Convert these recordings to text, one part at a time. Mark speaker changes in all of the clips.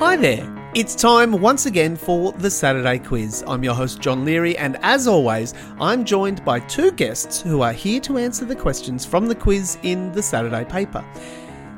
Speaker 1: Hi there. It's time once again for the Saturday quiz. I'm your host, John Leary, and as always, I'm joined by two guests who are here to answer the questions from the quiz in the Saturday paper.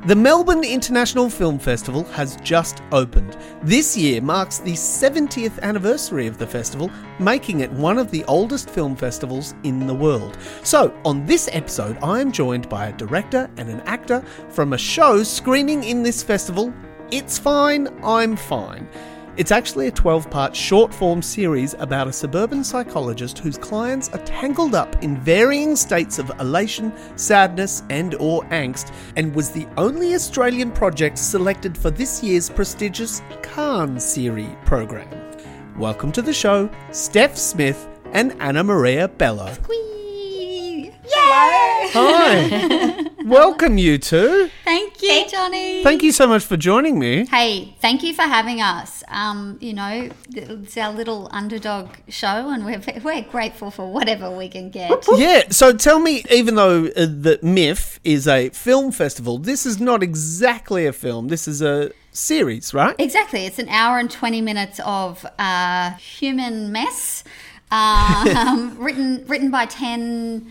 Speaker 1: The Melbourne International Film Festival has just opened. This year marks the 70th anniversary of the festival, making it one of the oldest film festivals in the world. So, on this episode, I am joined by a director and an actor from a show screening in this festival it's Fine, I'm Fine. It's actually a 12 part short form series about a suburban psychologist whose clients are tangled up in varying states of elation, sadness, and or angst and was the only Australian project selected for this year's prestigious Khan series program. Welcome to the show, Steph Smith and Anna Maria Bello.
Speaker 2: Whee!
Speaker 1: Hi. Welcome you two.
Speaker 2: Thank you, Johnny.
Speaker 1: Thank you so much for joining me.
Speaker 2: hey, thank you for having us. Um, you know, it's our little underdog show, and we're we're grateful for whatever we can get.
Speaker 1: yeah. So tell me, even though uh, the MIF is a film festival, this is not exactly a film. This is a series, right?
Speaker 2: Exactly, it's an hour and twenty minutes of uh, human mess, um, written written by ten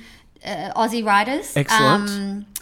Speaker 2: uh, Aussie writers.
Speaker 1: Excellent.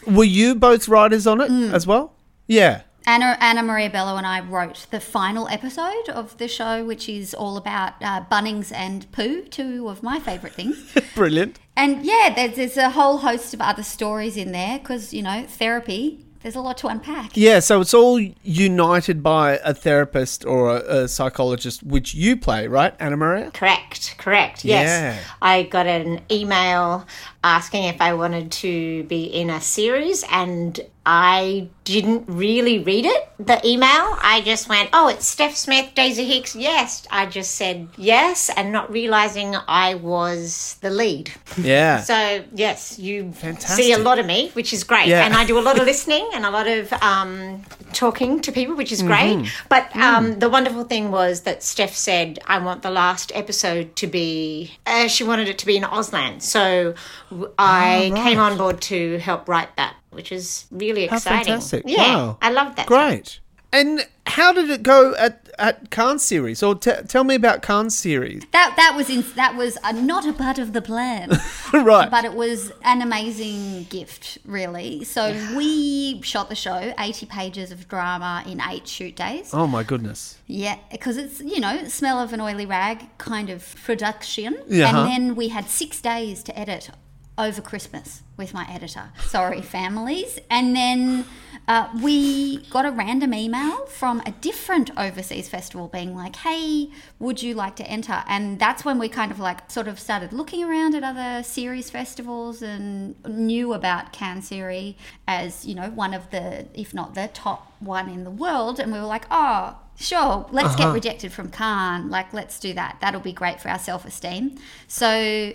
Speaker 2: Um,
Speaker 1: Were you both writers on it as well? Yeah.
Speaker 2: Anna, Anna Maria Bello and I wrote the final episode of the show, which is all about uh, Bunnings and poo, two of my favourite things.
Speaker 1: Brilliant.
Speaker 2: And yeah, there's, there's a whole host of other stories in there because, you know, therapy, there's a lot to unpack.
Speaker 1: Yeah. So it's all united by a therapist or a, a psychologist, which you play, right, Anna Maria?
Speaker 3: Correct, correct. Yes.
Speaker 1: Yeah.
Speaker 3: I got an email asking if I wanted to be in a series and I didn't really read it, the email. I just went, "Oh, it's Steph Smith, Daisy Hicks." Yes, I just said yes and not realizing I was the lead.
Speaker 1: Yeah.
Speaker 3: So, yes, you see
Speaker 1: Ah. Fantastic.
Speaker 3: a lot of me, which is great.
Speaker 1: Yeah.
Speaker 3: And I do a lot of listening and a lot of um, talking to people, which is great.
Speaker 1: Mm-hmm.
Speaker 3: But
Speaker 1: Mm.
Speaker 3: um, the wonderful thing was that Steph said, I want the last episode to be, uh, she wanted it to be in Auslan. So w-
Speaker 1: Ah,
Speaker 3: I came on board to help write that, which is really
Speaker 1: How
Speaker 3: exciting.
Speaker 1: fantastic.
Speaker 3: Yeah.
Speaker 1: Wow.
Speaker 3: I love that.
Speaker 1: Great. And how did it go at at Khan's series? Or t- tell me about Khan's series.
Speaker 2: That, that was in, that was uh not a part of the plan,
Speaker 1: right.
Speaker 2: but it was an amazing gift, really. So we shot the show, 80 pages of drama in eight shoot days.
Speaker 1: oh my goodness.
Speaker 2: Yeah, because it's, you know, smell of an oily rag kind of production.
Speaker 1: Yeah.
Speaker 2: And then we had six days to edit over Christmas with my editor. Sorry, families. And then uh, we got a random email from a different overseas festival being like, hey, would you like to enter? And that's when we kind of like sort of started looking around at other series festivals and knew about Cannes Series as, you know, one of the, if not the top one in the world. And we were like, oh, Sure, let's get rejected from Cannes. Like, let's do that. That'll be great for our self esteem. So,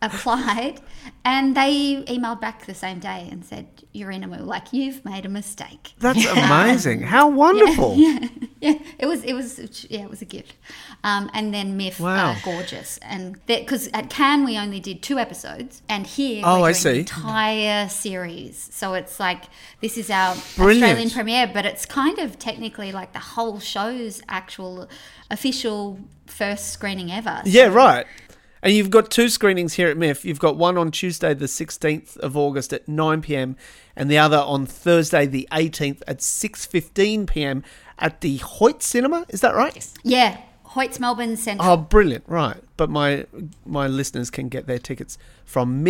Speaker 2: applied, and they emailed back the same day and said, You're in. And we were like, You've made a mistake.
Speaker 1: That's amazing. How wonderful.
Speaker 2: yeah, it was, it was, yeah, it was a gift. Um, and then Miff,
Speaker 1: Wow.
Speaker 2: uh, gorgeous. And because at Cannes, we only did two episodes, and here,
Speaker 1: Oh,
Speaker 2: we're
Speaker 1: I
Speaker 2: doing
Speaker 1: see.
Speaker 2: the entire series. So, it's like, this is our
Speaker 1: Brilliant.
Speaker 2: Australian premiere, but it's kind of technically like the whole show's actual official first screening ever.
Speaker 1: Yeah, right. And you've got two screenings here at MIF. You've got one on Tuesday, the 16th of August at 9 p.m., and the other on Thursday, the 18th at 6.15 p.m. at the Hoyt Cinema. Is that right?
Speaker 2: Yeah, Hoyts Melbourne Central.
Speaker 1: Oh, brilliant. Right. But my my listeners can get their tickets from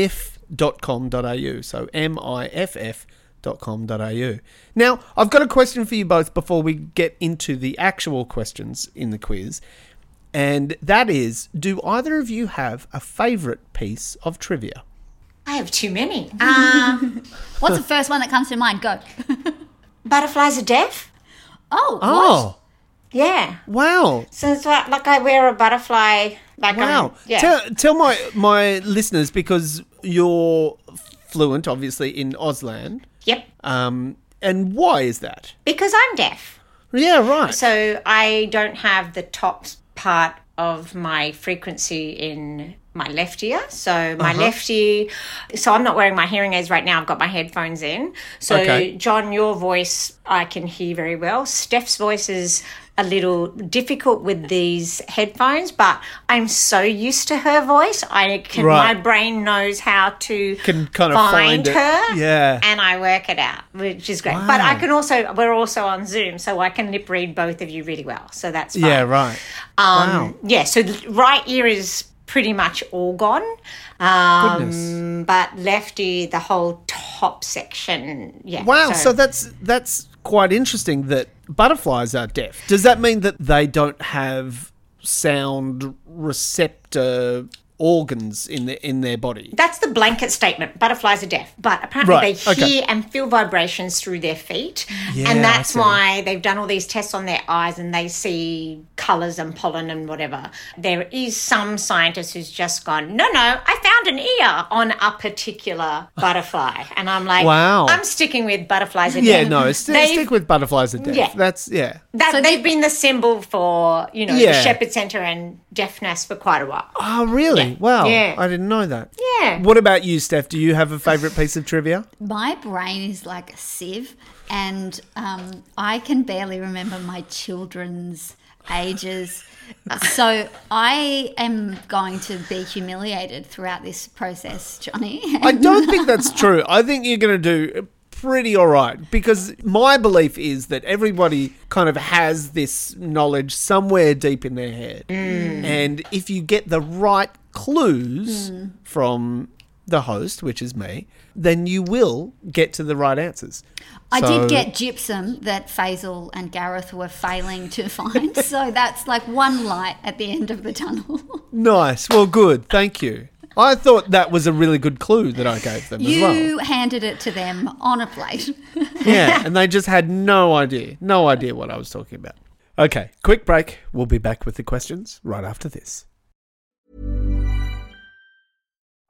Speaker 1: miff.com.au. So M I F F dot com dot au. Now, I've got a question for you both before we get into the actual questions in the quiz. And that is, do either of you have a favorite piece of trivia?
Speaker 3: I have too many. Um,
Speaker 1: Oh.
Speaker 2: What's the first one that comes to mind? Go.
Speaker 3: butterflies are deaf.
Speaker 2: Oh, what?
Speaker 1: Oh,
Speaker 3: Yeah.
Speaker 1: wow.
Speaker 3: Since like, like I wear a butterfly, like
Speaker 1: Wow.
Speaker 3: I'm, yeah.
Speaker 1: Tell, tell my, my listeners, because you're fluent, obviously, in Auslan.
Speaker 3: yep.
Speaker 1: Um, and why is that?
Speaker 3: Because I'm deaf,
Speaker 1: Yeah, right.
Speaker 3: so I don't have the top part of my frequency in my left ear. So
Speaker 1: Uh-huh.
Speaker 3: my left ear. So I'm not wearing my hearing aids right now. I've got my headphones in. So
Speaker 1: Okay.
Speaker 3: John, your voice I can hear very well. Steph's voice is a little difficult with these headphones, but I'm so used to her voice. I can.
Speaker 1: Right.
Speaker 3: My brain knows how to
Speaker 1: Can kinda find it.
Speaker 3: her.
Speaker 1: Yeah.
Speaker 3: and I work it out, which is great. But I
Speaker 1: Wow.
Speaker 3: can also we're also on Zoom, so I can lip read both of you really well. So that's fine.
Speaker 1: Yeah, right.
Speaker 3: uh, Um,
Speaker 1: Wow.
Speaker 3: Yeah. So the right ear is pretty much all gone. Um, But left ear, the whole top section. Yeah.
Speaker 1: Wow. So, that's that's quite interesting that butterflies are deaf. Does that mean that they don't have sound receptor organs in their in their body?
Speaker 3: That's the blanket statement. Butterflies are deaf, but apparently
Speaker 1: Right,
Speaker 3: they
Speaker 1: okay.
Speaker 3: hear and feel vibrations through their feet.
Speaker 1: Yeah, I
Speaker 3: and that's
Speaker 1: see.
Speaker 3: why they've done all these tests on their eyes and they see colours and pollen and whatever. There is some scientist who's just gone, no, no, I found an ear on a particular butterfly. And I'm like,
Speaker 1: Wow.
Speaker 3: I'm sticking with butterflies again.
Speaker 1: Yeah, no. St-
Speaker 3: They've-
Speaker 1: stick with butterflies are deaf.
Speaker 3: Yeah.
Speaker 1: That's yeah.
Speaker 3: That, they've been the symbol for, you know,
Speaker 1: Yeah.
Speaker 3: the Shepherd Centre and deafness for quite a while.
Speaker 1: Oh, really? Wow.
Speaker 3: Yeah.
Speaker 1: I didn't know that.
Speaker 3: Yeah.
Speaker 1: What about you, Steph? Do you have a favorite piece of trivia?
Speaker 2: My brain is like a sieve, and um, I can barely remember my children's ages. So I am going to be humiliated throughout this process, Johnny.
Speaker 1: I don't think that's true. I think you're going to do pretty all right because my belief is that everybody kind of has this knowledge somewhere deep in their head.
Speaker 2: Mm.
Speaker 1: And if you get the right clues
Speaker 2: Mm.
Speaker 1: from the host, which is me, then you will get to the right answers.
Speaker 2: I
Speaker 1: So-
Speaker 2: did get gypsum that Faisal and Gareth were failing to find. so that's like one light at the end of the tunnel.
Speaker 1: Nice. Well, good. Thank you. I thought that was a really good clue that I gave them as well.
Speaker 2: You handed it to them on a plate.
Speaker 1: Yeah, and they just had no idea, no idea what I was talking about. Okay, quick break. We'll be back with the questions right after this.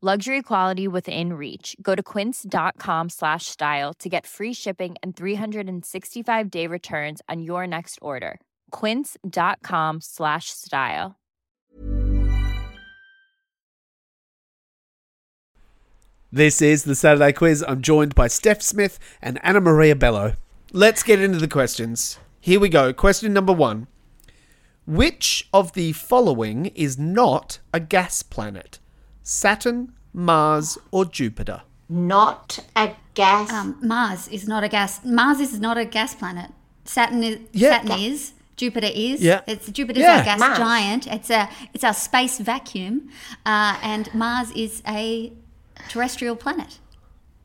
Speaker 4: Luxury quality within reach. Go to quince.com slash style to get free shipping and 365 day returns on your next order. Quince.com slash style.
Speaker 1: This is the Saturday Quiz. I'm joined by Steph Smith and Anna Maria Bello. Let's get into the questions. Here we go. Question number one Which of the following is not a gas planet? Saturn, Mars, or Jupiter?
Speaker 3: Not a gas.
Speaker 2: Um, Mars is not a gas. Mars is not a gas planet. Saturn is.
Speaker 1: Yeah.
Speaker 2: Saturn is. Jupiter is.
Speaker 1: Yeah.
Speaker 2: It's Jupiter's
Speaker 1: Yeah.
Speaker 2: our gas
Speaker 3: Mars.
Speaker 2: giant. It's a it's our space vacuum, uh, and Mars is a terrestrial planet.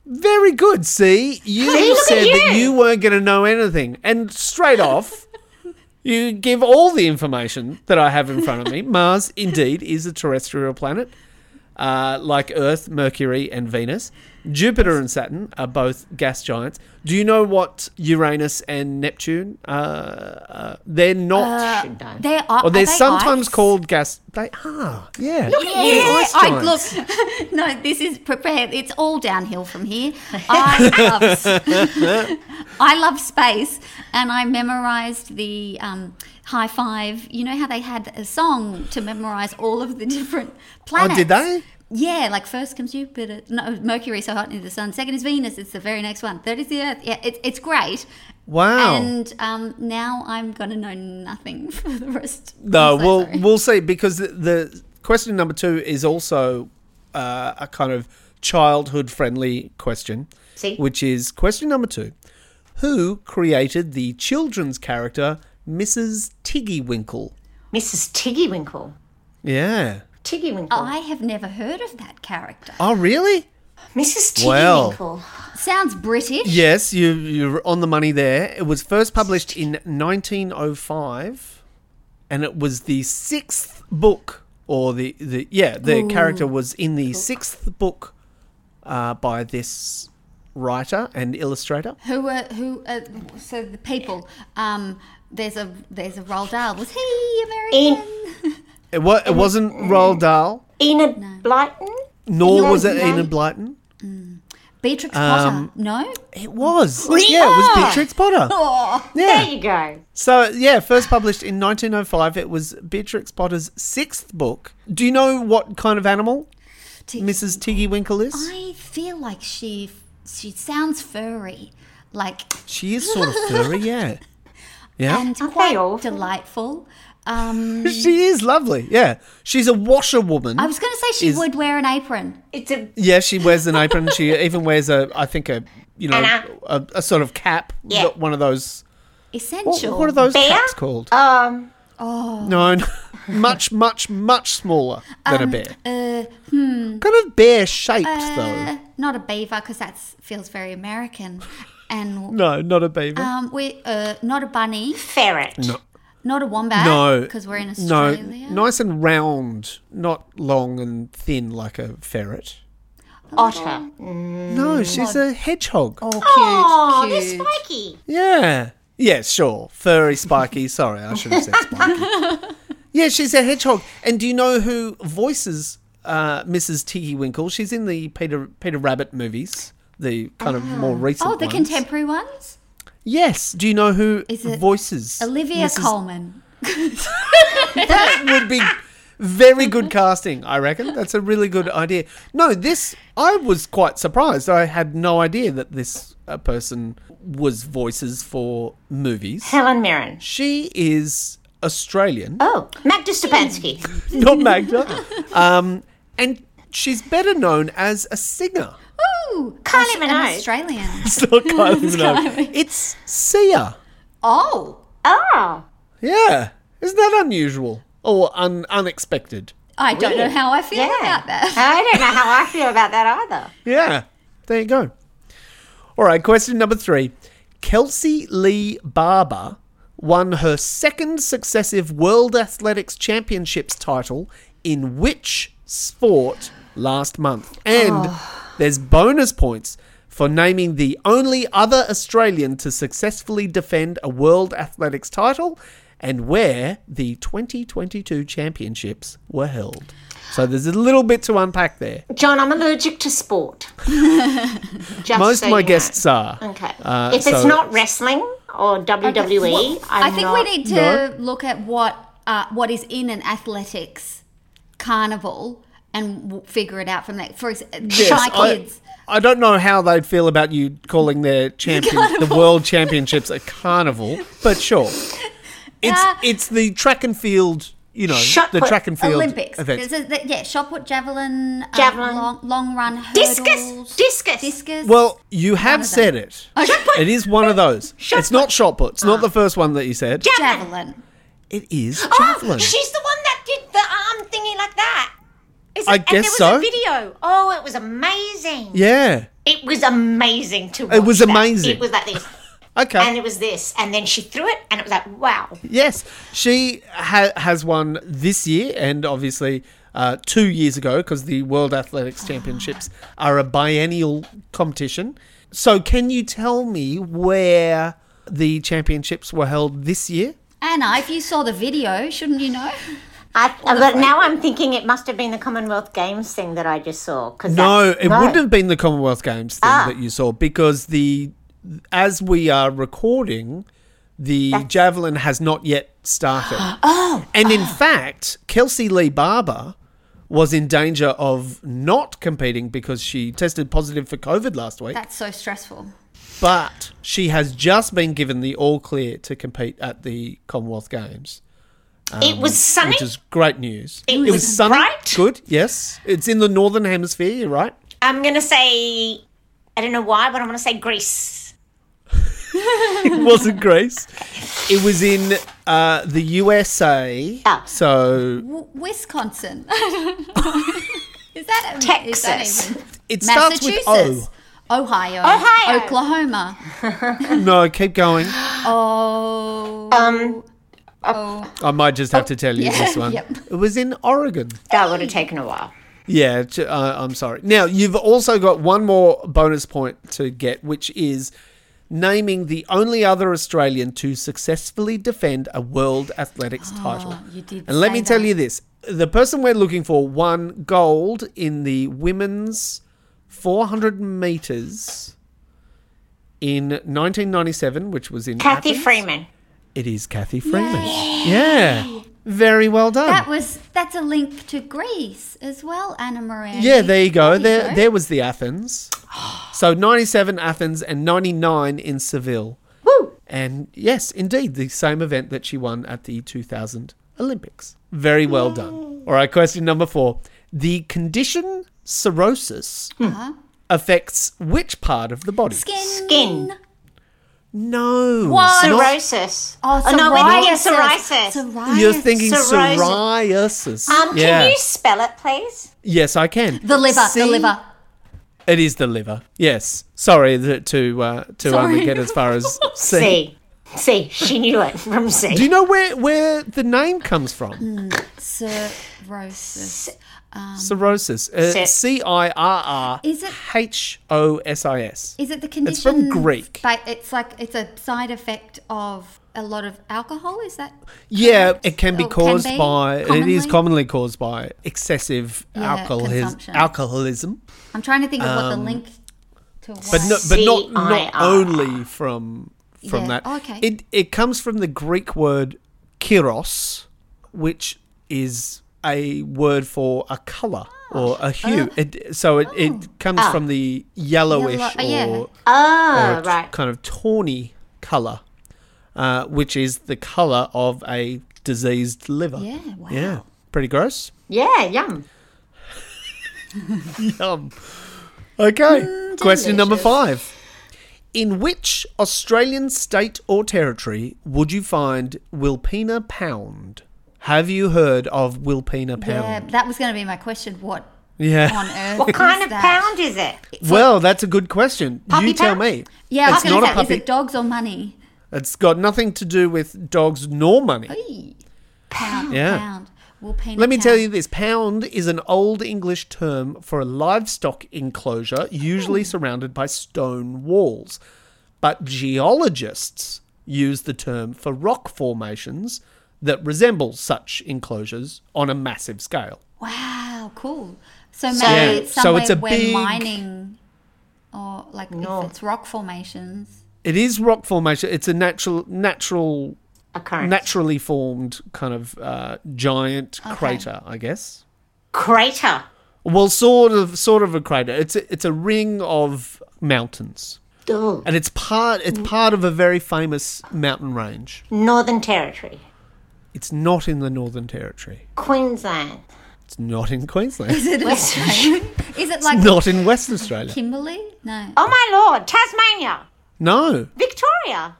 Speaker 1: Very good. See, you
Speaker 3: look at
Speaker 1: said that you
Speaker 3: you.
Speaker 1: weren't going to know anything, and straight off, you give all the information that I have in front of me. Mars indeed is a terrestrial planet, uh, like Earth, Mercury, and Venus. Jupiter and Saturn are both gas giants. Do you know what Uranus and Neptune? Uh, uh, they're not.
Speaker 3: should know.
Speaker 2: They are.
Speaker 1: or they're
Speaker 2: are they
Speaker 1: sometimes
Speaker 2: ice?
Speaker 1: called gas. They are. Yeah.
Speaker 2: Yeah,
Speaker 1: They're ice
Speaker 2: I
Speaker 1: giants.
Speaker 2: look. No, this is prepared. It's all downhill from here. I love, s- I love space, and I memorized the um, high five. You know how they had a song to memorize all of the different
Speaker 1: Oh,
Speaker 2: planets.
Speaker 1: did they?
Speaker 2: Yeah, like first comes Jupiter, no, Mercury, so hot near the sun. Second is Venus. It's the very next one. Third is the Earth. Yeah, it, it's great.
Speaker 1: Wow.
Speaker 2: And um, now I'm gonna know nothing for the rest.
Speaker 1: No,
Speaker 2: I'm so
Speaker 1: we'll
Speaker 2: sorry.
Speaker 1: we'll see because the, the question number two is also uh, a kind of childhood friendly question.
Speaker 3: See?
Speaker 1: which is question number two: Who created the children's character Mrs. Tiggywinkle?
Speaker 3: Mrs. Tiggywinkle.
Speaker 1: Yeah,
Speaker 3: Tiggywinkle.
Speaker 2: I have never heard of that character.
Speaker 1: Oh, really?
Speaker 3: Mrs.
Speaker 1: Well.
Speaker 3: Tiggywinkle.
Speaker 2: Sounds British.
Speaker 1: Yes, you, you're on the money there. It was first published in 1905, and it was the sixth book, or the, the yeah, the character was in the sixth book uh, by this writer and illustrator.
Speaker 2: Who are who? Are, so the people. Um, there's a there's a Roald Dahl. Was he
Speaker 3: In-
Speaker 2: American?
Speaker 1: It, wa- it wasn't Roald Dahl,
Speaker 3: Enid Blyton.
Speaker 1: nor was it
Speaker 3: No.
Speaker 1: Enid Blyton.
Speaker 2: Beatrix
Speaker 1: Um,
Speaker 2: Potter. No.
Speaker 1: It was. Yeah, it was Beatrix Potter.
Speaker 2: Oh,
Speaker 3: There
Speaker 1: Yeah.
Speaker 3: you go.
Speaker 1: So, yeah, first published in 1905. It was Beatrix Potter's sixth book. Do you know what kind of animal
Speaker 2: Tig-
Speaker 1: Mrs. Tiggy Winkle is?
Speaker 2: I feel like she she sounds furry, like
Speaker 1: She is sort of furry, yeah. Yeah.
Speaker 2: and
Speaker 3: Aren't they
Speaker 2: quite
Speaker 3: awful?
Speaker 2: delightful. Um,
Speaker 1: she is lovely, yeah. She's a washerwoman.
Speaker 2: I was going to say she
Speaker 1: Is-
Speaker 2: would wear an apron.
Speaker 3: It's a
Speaker 1: yeah, she wears an apron. She even wears a, I think a, you know,
Speaker 3: An
Speaker 1: a, a sort of cap.
Speaker 3: Yeah.
Speaker 1: One of those. What,
Speaker 2: Essential.
Speaker 1: what are those
Speaker 3: Bear?
Speaker 1: caps called?
Speaker 3: um.
Speaker 1: No, no, much, much, much smaller than a bear.
Speaker 2: Uh,
Speaker 1: Kind of bear shaped
Speaker 2: uh, not a beaver because that feels very American, and
Speaker 1: though. No, not a beaver.
Speaker 2: um, we uh, not a bunny,
Speaker 3: Ferret.
Speaker 2: not a wombat.
Speaker 1: No.
Speaker 2: because we're in
Speaker 1: no,
Speaker 2: Australia.
Speaker 1: nice and round, not long and thin like a ferret.
Speaker 3: Otter.
Speaker 1: No, she's a hedgehog.
Speaker 2: Mm. Oh, cute,
Speaker 3: Oh, they're
Speaker 2: cute.
Speaker 3: spiky.
Speaker 1: Yeah. Yeah, sure. Furry, spiky. Sorry, I should have said spiky. yeah, she's a hedgehog. And do you know who voices uh, Mrs. Tiggy Winkle? She's in the Peter Peter Rabbit movies, the kind of more recent.
Speaker 2: Oh, the
Speaker 1: ones.
Speaker 2: contemporary ones.
Speaker 1: Yes. Do you know who
Speaker 2: Is it
Speaker 1: voices
Speaker 2: Olivia
Speaker 1: Mrs.
Speaker 2: Coleman.
Speaker 1: That would be very good casting, I reckon. That's a really good idea. No, this I was quite surprised. I had no idea that this uh, person was voices for movies.
Speaker 3: Helen Mirren.
Speaker 1: She is Australian,
Speaker 3: Oh, Magda Stepanski.
Speaker 1: not Magda. Um, and she's better known as a singer.
Speaker 2: Ooh,
Speaker 3: Kylie
Speaker 2: an
Speaker 3: Minogue.
Speaker 2: Australian.
Speaker 1: It's not Kylie Minogue. It's Sia.
Speaker 2: Oh,
Speaker 3: Oh,
Speaker 1: Yeah. Isn't that unusual? Or un- unexpected?
Speaker 2: I don't know
Speaker 3: Weird.
Speaker 2: how I feel
Speaker 3: yeah.
Speaker 2: about that.
Speaker 3: I don't know how I feel about that either.
Speaker 1: Yeah. There you go. All right, question number three. Kelsey Lee Barber won her second successive World Athletics Championships title in which sport last month? And there's bonus points for naming the only other Australian to successfully defend a World Athletics title and where the 2022 championships were held. So there's a little bit to unpack there.
Speaker 3: John, I'm allergic to sport. Just
Speaker 1: Most
Speaker 3: so
Speaker 1: of my
Speaker 3: you know.
Speaker 1: guests are.
Speaker 3: Okay.
Speaker 1: Uh,
Speaker 3: if it's
Speaker 1: so-
Speaker 3: not wrestling or WWE,
Speaker 2: I
Speaker 3: I'm
Speaker 2: think
Speaker 3: not-
Speaker 2: we need to look at what uh, what is in an athletics carnival and w- figure it out from there. For example, my
Speaker 1: I-
Speaker 2: kids.
Speaker 1: I, don't know how they'd feel about you calling their champion, the world championships, a carnival, but sure. It's
Speaker 2: Uh,
Speaker 1: it's the track and field, you know,
Speaker 3: Shot
Speaker 1: the
Speaker 3: put
Speaker 1: track and field
Speaker 2: Olympics.
Speaker 1: events.
Speaker 2: There's a- the- yeah, shot put, javelin, um,
Speaker 3: Javelin.
Speaker 2: long, long run, hurdles,
Speaker 3: Discus, discus,
Speaker 2: discus.
Speaker 1: Well, you have said it. It is one of those.
Speaker 3: Shot Ah.
Speaker 1: it's not shot put. It's not the first one that you said.
Speaker 3: javelin.
Speaker 2: javelin.
Speaker 1: it is
Speaker 3: Oh,
Speaker 1: javelin.
Speaker 3: she's the one that did the arm thingy like that. Is it?
Speaker 1: I
Speaker 3: and
Speaker 1: guess
Speaker 3: there was
Speaker 1: so.
Speaker 3: a video. Oh, it was amazing.
Speaker 1: yeah.
Speaker 3: It was amazing to watch.
Speaker 1: was
Speaker 3: that.
Speaker 1: amazing.
Speaker 3: It was like this,
Speaker 1: Okay.
Speaker 3: and it was this, and then she threw it, and it was like, wow.
Speaker 1: Yes, she ha- has won this year and obviously uh, two years ago because the World Athletics Championships are a biennial competition. So, can you tell me where the championships were held this year?
Speaker 2: Anna, if you saw the video, shouldn't you know?
Speaker 3: I, but now I'm thinking it must have been the Commonwealth Games thing that I just saw. Cause
Speaker 1: No,
Speaker 3: that- Ah.
Speaker 1: it wouldn't have been the Commonwealth Games thing that you saw because the as we are recording, the javelin has not yet started. oh, and in fact, Kelsey Lee Barber was in danger of not competing because she tested positive for COVID last week.
Speaker 2: That's so stressful.
Speaker 1: but she has just been given the all clear to compete at the Commonwealth Games,
Speaker 3: It was sunny.
Speaker 1: Um, which is great news.
Speaker 3: It was bright.
Speaker 1: good. Yes, it's in the northern hemisphere. You're right.
Speaker 3: I'm gonna say, I don't know why, but I'm gonna say Greece.
Speaker 1: it wasn't Greece. It was in uh, the USA.
Speaker 3: Oh.
Speaker 1: So
Speaker 2: W- Wisconsin. is that a, Is
Speaker 3: Texas.
Speaker 2: that even?
Speaker 1: it starts with
Speaker 2: Massachusetts.
Speaker 1: O.
Speaker 2: Ohio,
Speaker 3: Ohio.
Speaker 2: Oklahoma.
Speaker 1: No, keep going.
Speaker 2: Oh,
Speaker 3: Um,
Speaker 2: oh,
Speaker 1: I might just have to tell you
Speaker 2: yeah,
Speaker 1: this one.
Speaker 2: yep.
Speaker 1: It was in Oregon.
Speaker 3: that would have taken a while.
Speaker 1: Yeah, j- uh, I'm sorry. Now, you've also got one more bonus point to get, which is naming the only other Australian to successfully defend a World Athletics title.
Speaker 2: Ah, you did.
Speaker 1: And let
Speaker 2: say
Speaker 1: me tell
Speaker 2: that.
Speaker 1: you this the person we're looking for won gold in the women's 400 meters in 1997, which was in
Speaker 3: Kathy
Speaker 1: Athens.
Speaker 3: Freeman.
Speaker 1: It is Kathy Freeman. Yeah. Very well done.
Speaker 2: That was that's a link to Greece as well, Anna Maria.
Speaker 1: yeah, there you go.
Speaker 2: There you
Speaker 1: There,
Speaker 2: go.
Speaker 1: there was the Athens. So 97 Athens and 99 in Seville.
Speaker 3: Woo!
Speaker 1: And yes, indeed, the same event that she won at the 2000 Olympics. Very well done. All right, question number four. The condition cirrhosis affects which part of the body?
Speaker 2: Skin.
Speaker 3: Skin.
Speaker 1: No. it's
Speaker 2: What?
Speaker 1: not-
Speaker 3: Cirrhosis.
Speaker 2: Oh, psoriasis.
Speaker 3: no, wait, yeah, psoriasis.
Speaker 2: Psoriasis.
Speaker 1: You're thinking
Speaker 3: Cirrhosis.
Speaker 1: psoriasis.
Speaker 3: Um,
Speaker 1: yeah.
Speaker 3: Can you spell it, please?
Speaker 1: Yes, I can.
Speaker 2: the liver. The
Speaker 1: See?
Speaker 2: liver.
Speaker 1: It is the liver. Yes. Sorry th- to uh, to only
Speaker 2: Sorry.
Speaker 1: get as far as C.
Speaker 3: C. C. She knew it from C.
Speaker 1: Do you know where where the name comes from?
Speaker 2: Cirrhosis.
Speaker 1: Cirrhosis. Uh,
Speaker 3: Cir-
Speaker 1: C I R R
Speaker 2: Is it?
Speaker 1: H O S I S.
Speaker 2: Is it the condition?
Speaker 1: from Greek.
Speaker 2: But it's like it's a side effect of a lot of alcohol. Is that?
Speaker 1: Yeah, it can be
Speaker 2: Or can
Speaker 1: caused
Speaker 2: be
Speaker 1: by. It is
Speaker 2: commonly?
Speaker 1: commonly caused by excessive
Speaker 2: Yeah,
Speaker 1: alcoholism.
Speaker 2: consumption.
Speaker 1: Alcoholism,
Speaker 2: I'm trying to think of what the link to.
Speaker 1: Um,
Speaker 2: Was.
Speaker 1: but no, but not not
Speaker 3: C.I.R..
Speaker 1: only from from
Speaker 2: Yeah,
Speaker 1: that.
Speaker 2: okay.
Speaker 1: It it comes from the Greek word kyros, which is a word for a color or
Speaker 2: Ah.
Speaker 1: a hue. It, so it, it comes from the yellowish
Speaker 2: Oh. Yellow- yeah.
Speaker 1: or
Speaker 3: oh,
Speaker 1: or t-
Speaker 3: right.
Speaker 1: kind of tawny color, uh, which is the color of a diseased liver.
Speaker 2: Yeah, wow.
Speaker 1: Yeah. Pretty gross.
Speaker 3: Yeah, yum.
Speaker 1: Yum. Okay. Question number
Speaker 2: delicious.
Speaker 1: five. Mm, In which Australian state or territory would you find Wilpena Pound? Have you heard of Wilpena
Speaker 2: yeah,
Speaker 1: Pound?
Speaker 2: uh, that was going to be my question. What
Speaker 1: Yeah.
Speaker 2: on earth?
Speaker 3: What kind
Speaker 2: is
Speaker 3: of
Speaker 2: that?
Speaker 3: pound is it?
Speaker 1: Well, that's a good question.
Speaker 3: Puppy
Speaker 1: you tell
Speaker 3: pound?
Speaker 1: me.
Speaker 2: Yeah, I was
Speaker 1: it's
Speaker 2: going
Speaker 1: not
Speaker 2: to
Speaker 1: a
Speaker 2: say, is
Speaker 1: puppy.
Speaker 2: it dogs or money?
Speaker 1: It's got nothing to do with dogs nor money.
Speaker 2: Eee. Pound,
Speaker 1: Yeah.
Speaker 2: pound. We'll paint
Speaker 1: Let me
Speaker 2: a
Speaker 1: tell
Speaker 2: pound.
Speaker 1: you this pound is an old English term for a livestock enclosure, usually surrounded by stone walls. But geologists use the term for rock formations that resemble such enclosures on a massive scale.
Speaker 2: Wow, cool. So maybe
Speaker 3: Yeah.
Speaker 2: it's
Speaker 1: So
Speaker 2: somewhere
Speaker 1: it's a
Speaker 2: where
Speaker 1: big-
Speaker 2: mining or like if it's rock formations.
Speaker 1: It is rock formation, it's a natural, natural,
Speaker 3: Occurrence.
Speaker 1: naturally formed kind of uh, giant crater, I guess.
Speaker 3: Crater.
Speaker 1: Well, sort of, sort of a crater. It's a, it's a ring of mountains.
Speaker 3: Ugh.
Speaker 1: and it's part it's part of a very famous mountain range.
Speaker 3: Northern Territory.
Speaker 1: It's not in the Northern Territory.
Speaker 3: Queensland.
Speaker 1: It's not in Queensland.
Speaker 2: Is it
Speaker 3: West-
Speaker 2: Australian? Is it like
Speaker 1: not in Western Australia.
Speaker 2: Kimberley? No.
Speaker 3: Oh my lord, Tasmania.
Speaker 1: No,
Speaker 3: Victoria.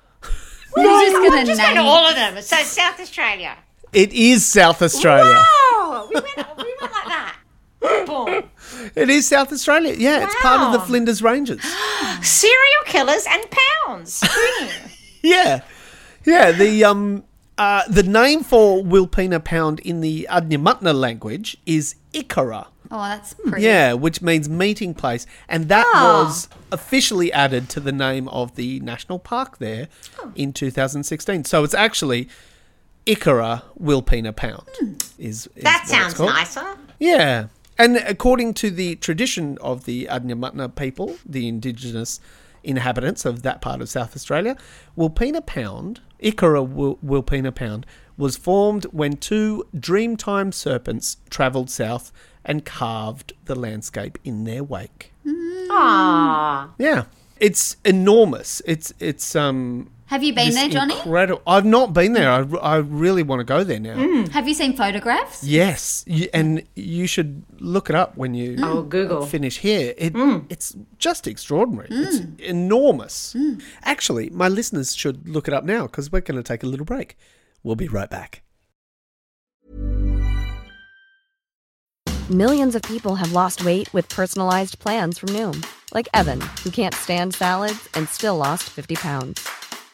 Speaker 2: We're just
Speaker 3: I'm
Speaker 2: going to
Speaker 3: just going to
Speaker 2: name
Speaker 3: all of them. So South Australia.
Speaker 1: it is South Australia.
Speaker 3: Oh, we went, we went like that. Boom.
Speaker 1: It is South Australia. Yeah, it's part of the
Speaker 3: Wow.
Speaker 1: Flinders Ranges.
Speaker 3: Serial killers and pounds.
Speaker 1: Yeah, yeah. The um, uh, the name for Wilpena Pound in the Adnyamutna language is Ikara.
Speaker 2: Oh, that's pretty.
Speaker 1: Hmm. Yeah, which means meeting place, and that
Speaker 3: Ah.
Speaker 1: was officially added to the name of the national park there
Speaker 3: Oh.
Speaker 1: in 2016. So it's actually Ikara Wilpena Pound. Is, is what
Speaker 3: Hmm. that
Speaker 1: it's
Speaker 3: sounds
Speaker 1: called.
Speaker 3: nicer.
Speaker 1: Yeah, and according to the tradition of the Adnyamutna people, the indigenous inhabitants of that part of South Australia, Wilpena Pound, Ikara Wil- Wilpena Pound, was formed when two Dreamtime serpents travelled south and carved the landscape in their wake.
Speaker 3: Aww. Ah,
Speaker 1: Yeah, it's enormous. It's it's um
Speaker 2: Have you been
Speaker 1: This
Speaker 2: there, Johnny?
Speaker 1: Incredible. I've not been there. I, I really want to go there now.
Speaker 2: Have you seen photographs?
Speaker 1: Yes, you, and you should look it up when
Speaker 2: Mm.
Speaker 1: you
Speaker 3: Oh, Google.
Speaker 1: finish here. It, It's just extraordinary.
Speaker 2: Mm.
Speaker 1: It's enormous. Actually, my listeners should look it up now because we're going to take a little break. We'll be right back.
Speaker 5: Millions of people have lost weight with personalized plans from Noom, like Evan, who can't stand salads and still lost 50 pounds.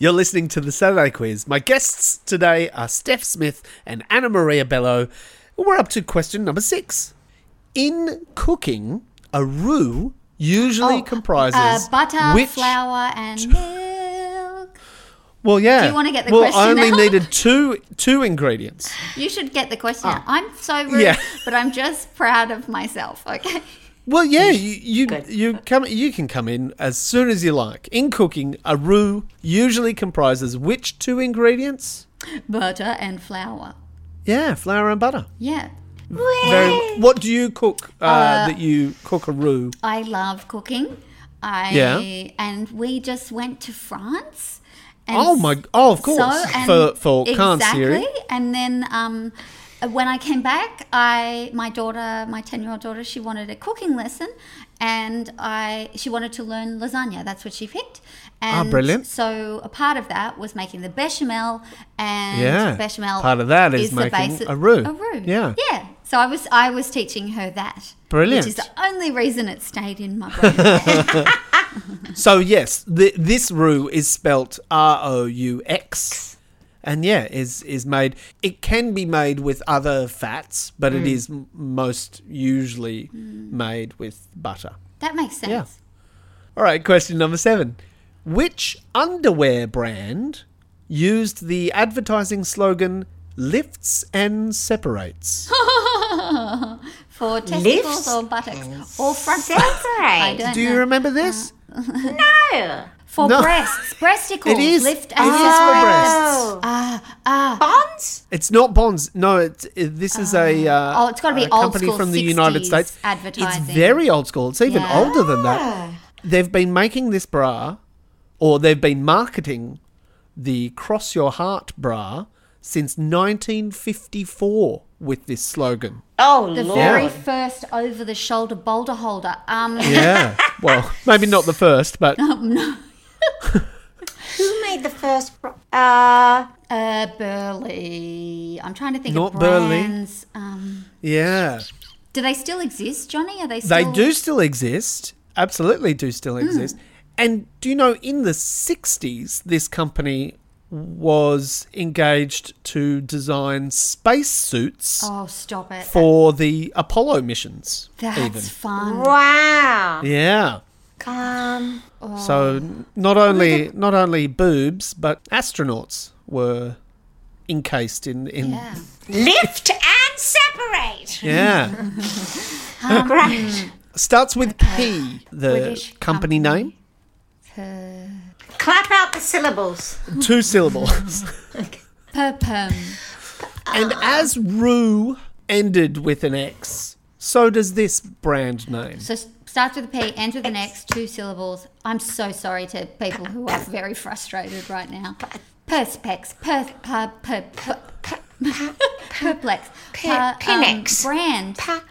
Speaker 1: You're listening to the Saturday Quiz. My guests today are Steph Smith and Anna Maria Bello. We're up to question number six. In cooking, a roux usually
Speaker 2: Oh,
Speaker 1: comprises
Speaker 2: uh, butter,
Speaker 1: which-
Speaker 2: flour, and milk.
Speaker 1: Well, yeah.
Speaker 2: you wanna get the
Speaker 1: well, I
Speaker 2: question
Speaker 1: only
Speaker 2: out?
Speaker 1: needed two two ingredients.
Speaker 2: You should get the question. out. I'm so rude,
Speaker 1: Ah, Yeah.
Speaker 2: but I'm just proud of myself. Okay.
Speaker 1: Well, yeah, you you,
Speaker 3: Good.
Speaker 2: Uh.
Speaker 1: you come you can come in as soon as you like. In cooking, a roux usually comprises which two ingredients?
Speaker 2: Butter and flour.
Speaker 1: Yeah, flour and butter.
Speaker 2: Yeah.
Speaker 1: Very, what do you cook uh, that you cook a roux?
Speaker 2: I love cooking. I
Speaker 1: Yeah.
Speaker 2: and we just went to France. And
Speaker 1: Oh my- oh, of course.
Speaker 2: and-
Speaker 1: For- for Cannes
Speaker 2: exactly.
Speaker 1: theory.
Speaker 2: And then um, when I came back, I my daughter, my ten year old daughter, she wanted a cooking lesson, and I she wanted to learn lasagna. That's what she picked. And
Speaker 1: Ah, brilliant.
Speaker 2: So a part of that was making the bechamel, and
Speaker 1: Yeah.
Speaker 2: bechamel
Speaker 1: Part of that is
Speaker 2: the
Speaker 1: making
Speaker 2: basi-
Speaker 1: a roux.
Speaker 2: A roux.
Speaker 1: Yeah.
Speaker 2: Yeah. So I was I was teaching her that.
Speaker 1: Brilliant.
Speaker 2: Which is the only reason it stayed in my brain.
Speaker 1: So yes, the, this roux is spelt R O U X, and yeah, is is made. It can be made with other fats, but
Speaker 2: Mm.
Speaker 1: it is m- most usually made with butter.
Speaker 2: That makes sense.
Speaker 1: Yeah. All right, question number seven. Which underwear brand used the advertising slogan lifts and separates?
Speaker 2: For testicles
Speaker 3: Lifts
Speaker 2: or buttocks or front parts. I
Speaker 3: Separate.
Speaker 2: don't
Speaker 1: Do you
Speaker 2: know.
Speaker 1: remember this?
Speaker 3: No.
Speaker 2: For
Speaker 1: No.
Speaker 2: breasts, breasticles,
Speaker 1: It is.
Speaker 2: lift
Speaker 1: it
Speaker 2: and
Speaker 1: is for breasts.
Speaker 3: Oh. Ah, ah. Bonds?
Speaker 1: It's not Bonds. No, it's, it, this is a uh,
Speaker 2: oh, it's gotta be
Speaker 1: a
Speaker 2: old
Speaker 1: company
Speaker 2: school
Speaker 1: from the United
Speaker 2: 60s
Speaker 1: States.
Speaker 2: advertising.
Speaker 1: It's very old school. It's even
Speaker 2: Yeah.
Speaker 1: older than that. They've been making this bra, or they've been marketing the Cross Your Heart bra since 1954 with this slogan.
Speaker 3: Oh,
Speaker 2: the
Speaker 3: Lord.
Speaker 2: very first over the shoulder boulder holder. Um
Speaker 1: Yeah. well, maybe not the first, but
Speaker 3: Who made the first. Pro- uh,
Speaker 2: uh Burley. I'm trying to think
Speaker 1: Not
Speaker 2: of
Speaker 1: Burley.
Speaker 2: brands. Um
Speaker 1: yeah.
Speaker 2: do they still exist, Johnny? Are they
Speaker 1: They
Speaker 2: still
Speaker 1: do still exist. Absolutely do still
Speaker 2: Hmm.
Speaker 1: exist. And do you know, in the 60s, this company was engaged to design spacesuits
Speaker 2: Oh stop it.
Speaker 1: for the Apollo missions.
Speaker 2: That's
Speaker 1: even.
Speaker 2: fun.
Speaker 3: wow.
Speaker 1: Yeah.
Speaker 3: Um,
Speaker 1: So
Speaker 2: Oh.
Speaker 1: n- not only not only boobs, but astronauts were encased in in
Speaker 2: Yeah.
Speaker 3: lift and separate.
Speaker 1: yeah.
Speaker 3: Great.
Speaker 1: Starts with P, the
Speaker 2: Hmm. British
Speaker 1: company, name.
Speaker 3: Clap out the syllables.
Speaker 1: Two syllables.
Speaker 2: Purpum.
Speaker 1: And
Speaker 3: Ah.
Speaker 1: as Rue ended with an X, so does this brand name.
Speaker 2: So s- starts with a P, ends with an X, two syllables. I'm so sorry to people who are very frustrated right now. Perspex, per, per, per, per, perplex, um,
Speaker 3: Pe- Pinex.
Speaker 2: brand.
Speaker 3: Pa-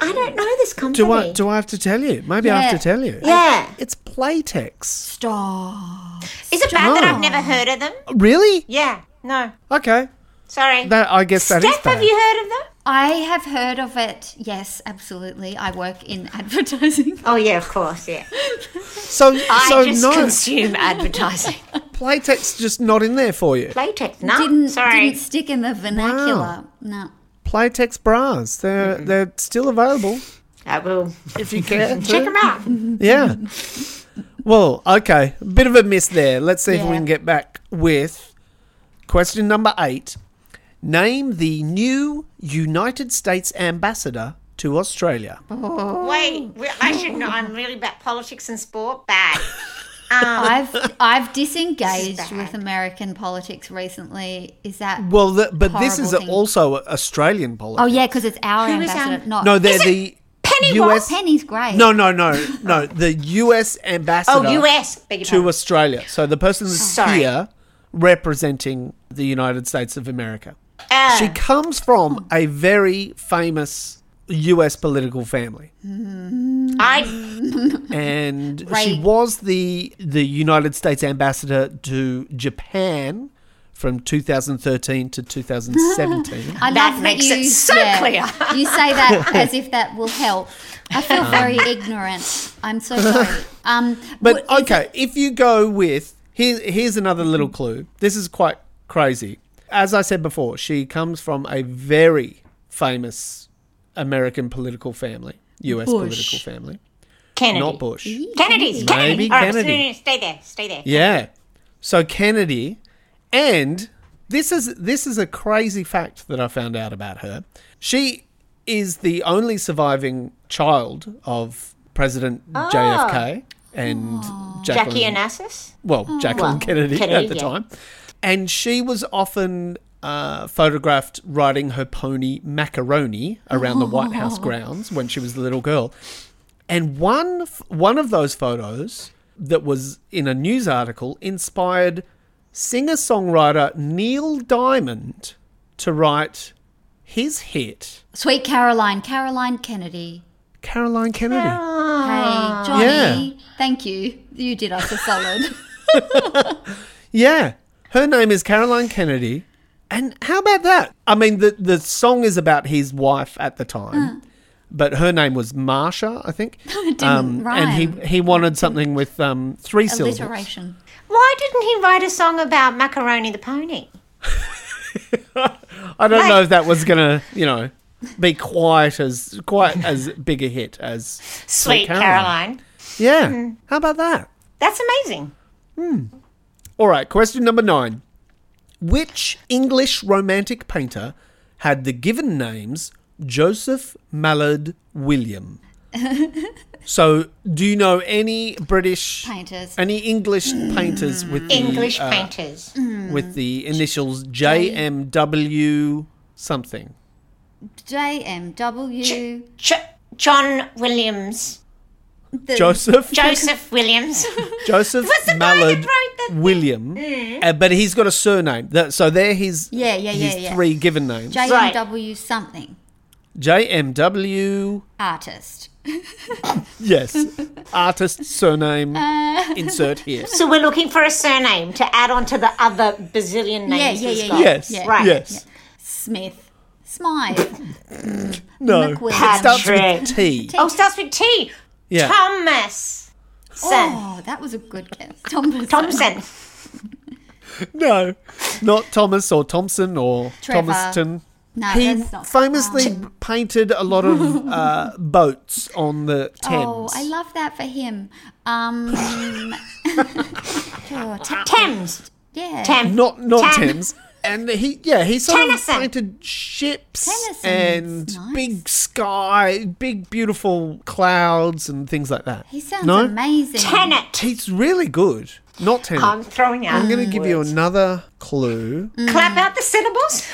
Speaker 3: I don't know this company.
Speaker 1: Do I do I have to tell you? Maybe I have to
Speaker 2: Yeah.
Speaker 1: tell you.
Speaker 3: Yeah.
Speaker 1: It's Playtex.
Speaker 2: Stop.
Speaker 3: Is it bad that I've
Speaker 1: Ah.
Speaker 3: never heard of them?
Speaker 1: Really?
Speaker 3: Yeah. No.
Speaker 1: Okay.
Speaker 3: Sorry.
Speaker 1: That I guess that is
Speaker 3: Steph, have
Speaker 1: bad.
Speaker 3: you heard of them?
Speaker 2: I have heard of it. Yes, absolutely. I work in advertising.
Speaker 3: Oh yeah, of course. Yeah.
Speaker 1: So
Speaker 3: I
Speaker 1: so
Speaker 3: just
Speaker 1: no,
Speaker 3: consume advertising.
Speaker 1: Playtex just not in there for you.
Speaker 3: Latex. No.
Speaker 2: Didn't
Speaker 3: Oh, sorry.
Speaker 2: didn't stick in the vernacular. No.
Speaker 1: Playtex bras. They're they're still available
Speaker 3: I will
Speaker 1: if you care. to.
Speaker 3: check them out.
Speaker 1: Yeah. Well, okay. Bit of a miss there. Let's see if we
Speaker 2: Yeah.
Speaker 1: can get back with question number eight. Name the new United States ambassador to Australia.
Speaker 3: Oh, Wait, we- I should know. I'm really about politics and sport. Bad. Um,
Speaker 2: I've I've disengaged with American politics recently. Is that
Speaker 1: Well, the, but this is
Speaker 2: Horrible thing.
Speaker 1: also Australian politics.
Speaker 2: Oh yeah, because it's our
Speaker 3: Who is
Speaker 2: ambassador,
Speaker 3: our-
Speaker 2: not
Speaker 1: No, they're the
Speaker 3: Penny
Speaker 1: US.
Speaker 2: Penny's great.
Speaker 1: No, no, no, no. The U.S. ambassador
Speaker 3: oh, US. Beg your
Speaker 1: to
Speaker 3: pardon.
Speaker 1: Australia. So the person that's
Speaker 3: Sorry.
Speaker 1: here representing the United States of America.
Speaker 3: Uh,
Speaker 1: She comes from a very famous U.S. political family,
Speaker 3: I
Speaker 1: and she
Speaker 2: Mm-hmm. Right.
Speaker 1: was the the United States ambassador to Japan from 2013 to 2017.
Speaker 2: I
Speaker 3: That
Speaker 2: love
Speaker 3: makes
Speaker 2: you,
Speaker 3: it so clear. Um,
Speaker 2: you say that as if that will help. I feel very ignorant. I'm so sorry. Um,
Speaker 1: But
Speaker 2: wh- is
Speaker 1: okay, if you go with here, here's another little
Speaker 2: Mm-hmm.
Speaker 1: clue. This is quite crazy. As I said before, she comes from a very famous American political family, U.S. political family,
Speaker 3: Kennedy.
Speaker 1: not Bush.
Speaker 3: Kennedy.
Speaker 1: Maybe
Speaker 3: Kennedy. All right, so
Speaker 1: Kennedy.
Speaker 3: no, no, stay there. Stay there.
Speaker 1: Yeah. So Kennedy, and this is this is a crazy fact that I found out about her. She is the only surviving child of President JFK and Jacqueline,
Speaker 3: Jackie Onassis.
Speaker 1: well, Jacqueline Kennedy,
Speaker 3: Kennedy,
Speaker 1: at the
Speaker 3: yeah.
Speaker 1: time. And she was often uh, photographed riding her pony Macaroni around the White House grounds when she was a little girl. And one f- one of those photos that was in a news article inspired singer-songwriter Neil Diamond to write his hit
Speaker 2: it Sweet Caroline, Caroline Kennedy.
Speaker 1: Caroline Kennedy.
Speaker 3: Ah.
Speaker 2: Hey, Johnny. Thank you. You did us a solid.
Speaker 1: Yeah. Her name is Caroline Kennedy. And how about that? I mean, the, the song is about his wife at the time, but her name was Marsha, I think.
Speaker 2: Hmm.
Speaker 1: Um,
Speaker 2: didn't
Speaker 1: And
Speaker 2: rhyme.
Speaker 1: he, he wanted something with um, three syllables.
Speaker 2: Alliteration.
Speaker 3: Why didn't he write a song about Macaroni the Pony?
Speaker 1: I don't know
Speaker 3: Right.
Speaker 1: if that was going to, you know, be quite as quite as big a hit as
Speaker 3: Sweet Caroline.
Speaker 1: Yeah.
Speaker 2: Hmm.
Speaker 1: How about that?
Speaker 3: That's amazing.
Speaker 1: All right, question number nine. Which English romantic painter had the given names Joseph Mallard William? so, do you know any British
Speaker 2: Painters.
Speaker 1: any English painters with the,
Speaker 3: English
Speaker 1: uh,
Speaker 3: painters.
Speaker 1: with the initials JMW something?
Speaker 2: JMW.
Speaker 3: Ch- John Williams.
Speaker 2: The,
Speaker 1: Joseph
Speaker 3: Joseph Williams.
Speaker 1: Joseph
Speaker 3: Was the guy that
Speaker 1: Mallard
Speaker 3: wrote Mm. the thing?
Speaker 1: William, uh, but he's got a surname. That, so there, his
Speaker 2: Yeah, yeah, yeah,
Speaker 1: his
Speaker 2: yeah.
Speaker 1: three given names.
Speaker 2: JMW something.
Speaker 1: JMW
Speaker 2: Artist.
Speaker 1: Yes. Artist surname
Speaker 2: Uh.
Speaker 1: insert here.
Speaker 3: so we're looking for a surname to add on to the other bazillion
Speaker 2: Yeah,
Speaker 3: names.
Speaker 2: yeah,
Speaker 3: he's
Speaker 2: yeah,
Speaker 3: got.
Speaker 2: yeah.
Speaker 1: Yes.
Speaker 2: Yeah.
Speaker 3: Right.
Speaker 1: Yes.
Speaker 2: Smith. Smythe.
Speaker 1: No.
Speaker 2: McQueen.
Speaker 1: It starts with
Speaker 3: Patrick.
Speaker 1: T.
Speaker 3: Oh, starts with T.
Speaker 1: Yeah.
Speaker 3: Thomas. Son.
Speaker 2: Oh, that was a good guess. Thompson.
Speaker 3: Thompson.
Speaker 1: No. Not Thomas or Thompson or
Speaker 2: Trevor.
Speaker 1: Thomaston.
Speaker 2: No,
Speaker 1: He
Speaker 2: that's not
Speaker 1: famously painted a lot of uh, boats on the Thames.
Speaker 2: Oh, I love that for him. Um, oh, ta-
Speaker 3: Thames.
Speaker 2: yeah.
Speaker 3: Thames.
Speaker 1: not not
Speaker 3: Tan-
Speaker 1: Thames. And he, yeah, he sort
Speaker 3: Tennyson.
Speaker 1: of painted ships
Speaker 2: Tennyson's
Speaker 1: and
Speaker 2: nice.
Speaker 1: big sky, big beautiful clouds and things like that.
Speaker 2: He sounds
Speaker 1: no?
Speaker 2: amazing.
Speaker 3: Tenet.
Speaker 1: He's really good. Not Tennant.
Speaker 3: I'm throwing out.
Speaker 1: I'm going to give you
Speaker 3: words.
Speaker 1: another clue.
Speaker 2: Mm.
Speaker 3: clap out the syllables.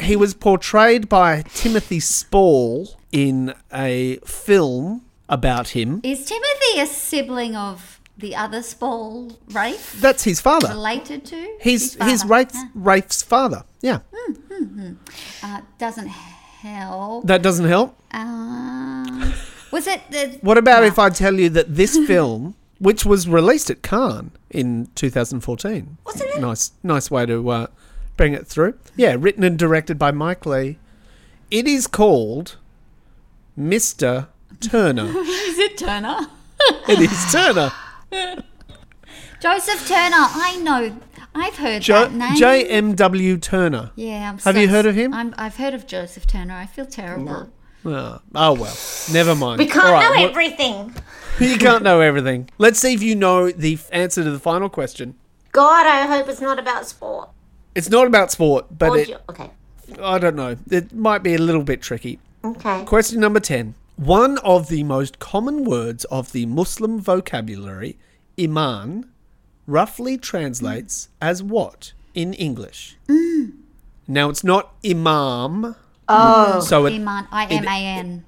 Speaker 1: He was portrayed by Timothy Spall in a film about him.
Speaker 2: Is Timothy a sibling of the other Spall Rafe
Speaker 1: That's his father.
Speaker 2: related to?
Speaker 1: He's
Speaker 2: father?
Speaker 1: he's Rafe,
Speaker 2: Yeah.
Speaker 1: Rafe's father. Yeah,
Speaker 2: Uh, doesn't help.
Speaker 1: that doesn't help.
Speaker 2: Um, was it the
Speaker 1: What about if I tell you that this film, which was released at Cannes in 2014, wasn't it? Nice, nice way to uh, bring it through. Yeah, written and directed by Mike Lee. It is called Mister Turner.
Speaker 2: is it Turner?
Speaker 1: it is Turner.
Speaker 2: Joseph Turner. I know. I've heard
Speaker 1: Jo-
Speaker 2: that name.
Speaker 1: JMW Turner.
Speaker 2: yeah, I'm
Speaker 1: Have you
Speaker 2: so-
Speaker 1: heard of him?
Speaker 2: I'm, I've heard of Joseph Turner. I feel terrible.
Speaker 1: Oh, oh, well, never mind.
Speaker 3: We can't
Speaker 1: All right,
Speaker 3: know
Speaker 1: well,
Speaker 3: everything.
Speaker 1: You can't know everything. Let's see if you know the f- answer to the final question.
Speaker 3: God, I hope it's not about sport.
Speaker 1: It's not about sport, but
Speaker 3: Or
Speaker 1: it,
Speaker 3: do- okay.
Speaker 1: I don't know. It might be a little bit tricky.
Speaker 3: Okay.
Speaker 1: Question number 10. One of the most common words of the Muslim vocabulary, iman, roughly translates as what in English?
Speaker 3: Mm.
Speaker 1: Now, it's not imam. Oh. So it,
Speaker 2: Iman, I M A N.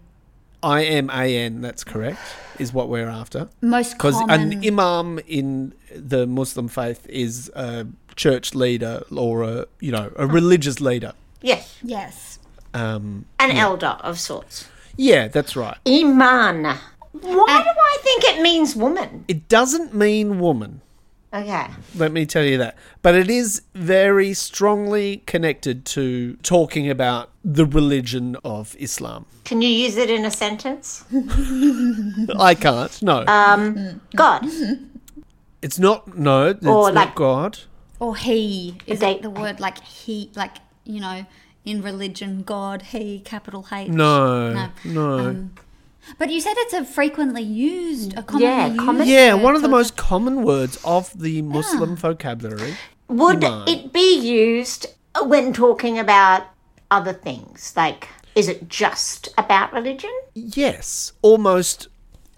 Speaker 1: I-M-A-N, that's correct, is what we're after.
Speaker 2: Most
Speaker 1: Because
Speaker 2: common.
Speaker 1: an imam in the Muslim faith is a church leader or a, you know, a religious leader.
Speaker 3: Yes.
Speaker 2: yes.
Speaker 1: Um,
Speaker 3: An elder of sorts.
Speaker 1: yeah, that's right.
Speaker 3: Iman. Why do I think it means woman?
Speaker 1: It doesn't mean woman.
Speaker 3: Okay.
Speaker 1: Let me tell you that. But it is very strongly connected to talking about the religion of Islam.
Speaker 3: Can you use it in a sentence? Mm-hmm. Um,
Speaker 1: I can't. No.
Speaker 3: Uh, God.
Speaker 1: it's not. No. It's
Speaker 3: Or
Speaker 1: not
Speaker 3: like-
Speaker 1: God.
Speaker 2: Or he. Is
Speaker 3: They-
Speaker 2: it the word like he, like, you know, in religion, God, he, capital H?
Speaker 1: No.
Speaker 2: No. Um,
Speaker 1: No.
Speaker 2: But you said it's a frequently used, a commonly
Speaker 3: Yeah,
Speaker 2: used.
Speaker 3: common-
Speaker 1: yeah,
Speaker 2: word,
Speaker 1: one of the
Speaker 2: so
Speaker 1: most common words of the Muslim
Speaker 3: Ah.
Speaker 1: vocabulary.
Speaker 3: Would
Speaker 1: Iman.
Speaker 3: it be used when talking about other things? Like, is it just about religion?
Speaker 1: Yes, almost,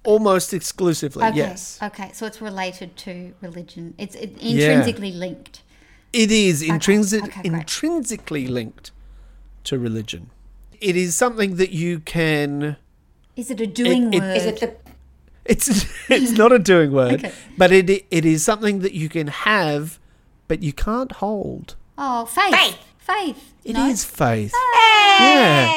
Speaker 1: almost exclusively.
Speaker 2: Okay. Uh,
Speaker 1: Yes,
Speaker 2: Okay. So it's related to religion. It's it, intrinsically linked.
Speaker 1: it is intrinsic,
Speaker 2: okay, great.
Speaker 1: intrinsically linked to religion. It is something that you can
Speaker 2: Is it a doing
Speaker 1: it-
Speaker 2: word?
Speaker 1: is
Speaker 3: it the
Speaker 1: It's it's not a doing word,
Speaker 2: Okay.
Speaker 1: but it it is something that you can have, but you can't hold.
Speaker 2: oh, faith.
Speaker 3: Faith.
Speaker 2: Faith.
Speaker 1: It is
Speaker 2: no?
Speaker 1: faith. Yeah,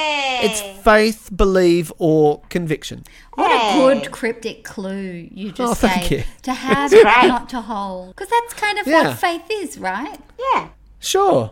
Speaker 1: it's faith, believe, or conviction.
Speaker 2: What a good cryptic clue you just
Speaker 1: Oh, thank
Speaker 2: gave.
Speaker 1: you.
Speaker 2: To have,
Speaker 3: right.
Speaker 2: not to hold. Because that's kind of
Speaker 1: Yeah.
Speaker 2: what faith is, right?
Speaker 3: Yeah.
Speaker 1: Sure.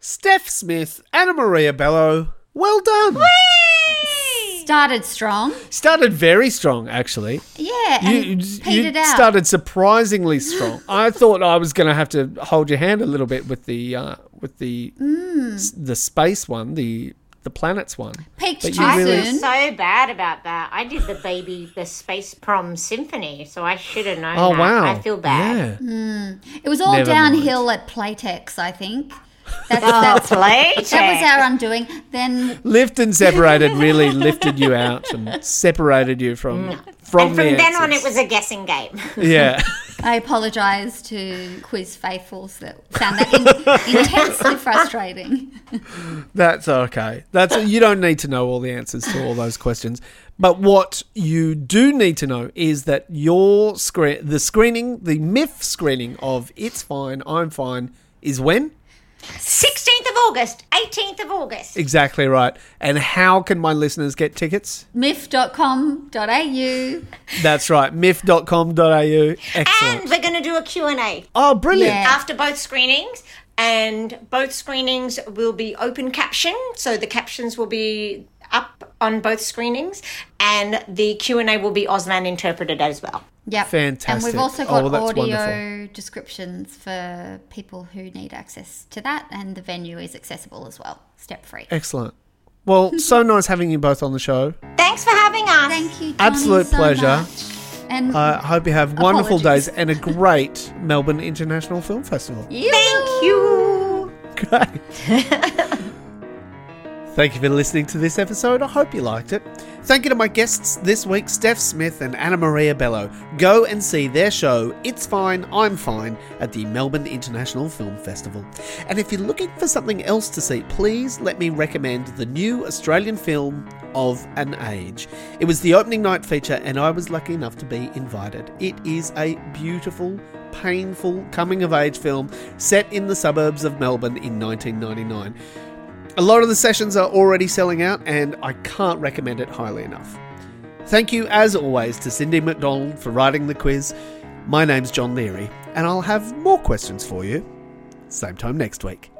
Speaker 1: Steph Smith, Anna Maria Bello. Well done.
Speaker 2: Started strong.
Speaker 1: Started very strong, actually.
Speaker 2: Yeah.
Speaker 1: You,
Speaker 2: and
Speaker 1: you
Speaker 2: petered out.
Speaker 1: started surprisingly strong. I thought I was going to have to hold your hand a little bit with the uh, with the
Speaker 3: Mm.
Speaker 1: s- the space one, the the planets one.
Speaker 2: Peaked
Speaker 1: but
Speaker 2: too
Speaker 1: you
Speaker 3: I
Speaker 1: really-
Speaker 2: soon.
Speaker 3: feel so bad about that. I did the baby, the space prom symphony, so I should have known.
Speaker 1: Oh
Speaker 3: that.
Speaker 1: wow!
Speaker 3: I feel bad.
Speaker 1: Yeah.
Speaker 2: It was all
Speaker 1: Never
Speaker 2: downhill at Playtex, I think. That's,
Speaker 3: Oh,
Speaker 2: that's,
Speaker 3: Playtex.
Speaker 2: that was our undoing. Then
Speaker 1: Lift and separated really lifted you out and separated you from from
Speaker 3: and
Speaker 1: the
Speaker 3: from then on, it
Speaker 1: answers.
Speaker 3: was a guessing game.
Speaker 1: yeah.
Speaker 2: I apologise to quiz faithfuls that found that in- intensely frustrating.
Speaker 1: That's okay. That's you don't need to know all the answers to all those questions. But what you do need to know is that your screen, the screening, the MIF screening of "It's Fine, I'm Fine" is when
Speaker 3: 16th of August, 18th of August.
Speaker 1: exactly right. And how can my listeners get tickets?
Speaker 2: Miff.com.au.
Speaker 1: That's right, mif.com.au.
Speaker 3: And
Speaker 1: Excellent.
Speaker 3: we're going to do a Q&A
Speaker 1: Oh, brilliant.
Speaker 2: Yeah.
Speaker 3: after both screenings. And both screenings will be open caption, so the captions will be up on both screenings, and the Q and A will be Auslan interpreted as well.
Speaker 2: Yep. And
Speaker 1: Fantastic.
Speaker 2: we've also
Speaker 1: Oh,
Speaker 2: got
Speaker 1: well, that's
Speaker 2: audio
Speaker 1: wonderful.
Speaker 2: descriptions for people who need access to that, and the venue is accessible as well, step free.
Speaker 1: Excellent. Well, so nice having you both on the show.
Speaker 3: Thanks for having us.
Speaker 2: Thank you. Johnny,
Speaker 1: Absolute
Speaker 2: so
Speaker 1: pleasure. Uh,
Speaker 2: much. And
Speaker 1: I hope you have wonderful
Speaker 2: Apologies.
Speaker 1: days and a great Melbourne International Film Festival.
Speaker 3: Thank you.
Speaker 1: Great. Thank you for listening to this episode. I hope you liked it. Thank you to my guests this week, Steph Smith and Anna Maria Bello. Go and see their show, It's Fine, I'm Fine, at the Melbourne International Film Festival. And if you're looking for something else to see, please let me recommend the new Australian film, Of an Age. It was the opening night feature, and I was lucky enough to be invited. It is a beautiful, painful coming of age film set in the suburbs of Melbourne in 1999. A lot of the sessions are already selling out, and I can't recommend it highly enough. Thank you, as always, to Cindy McDonald for writing the quiz. My name's John Leary, and I'll have more questions for you same time next week.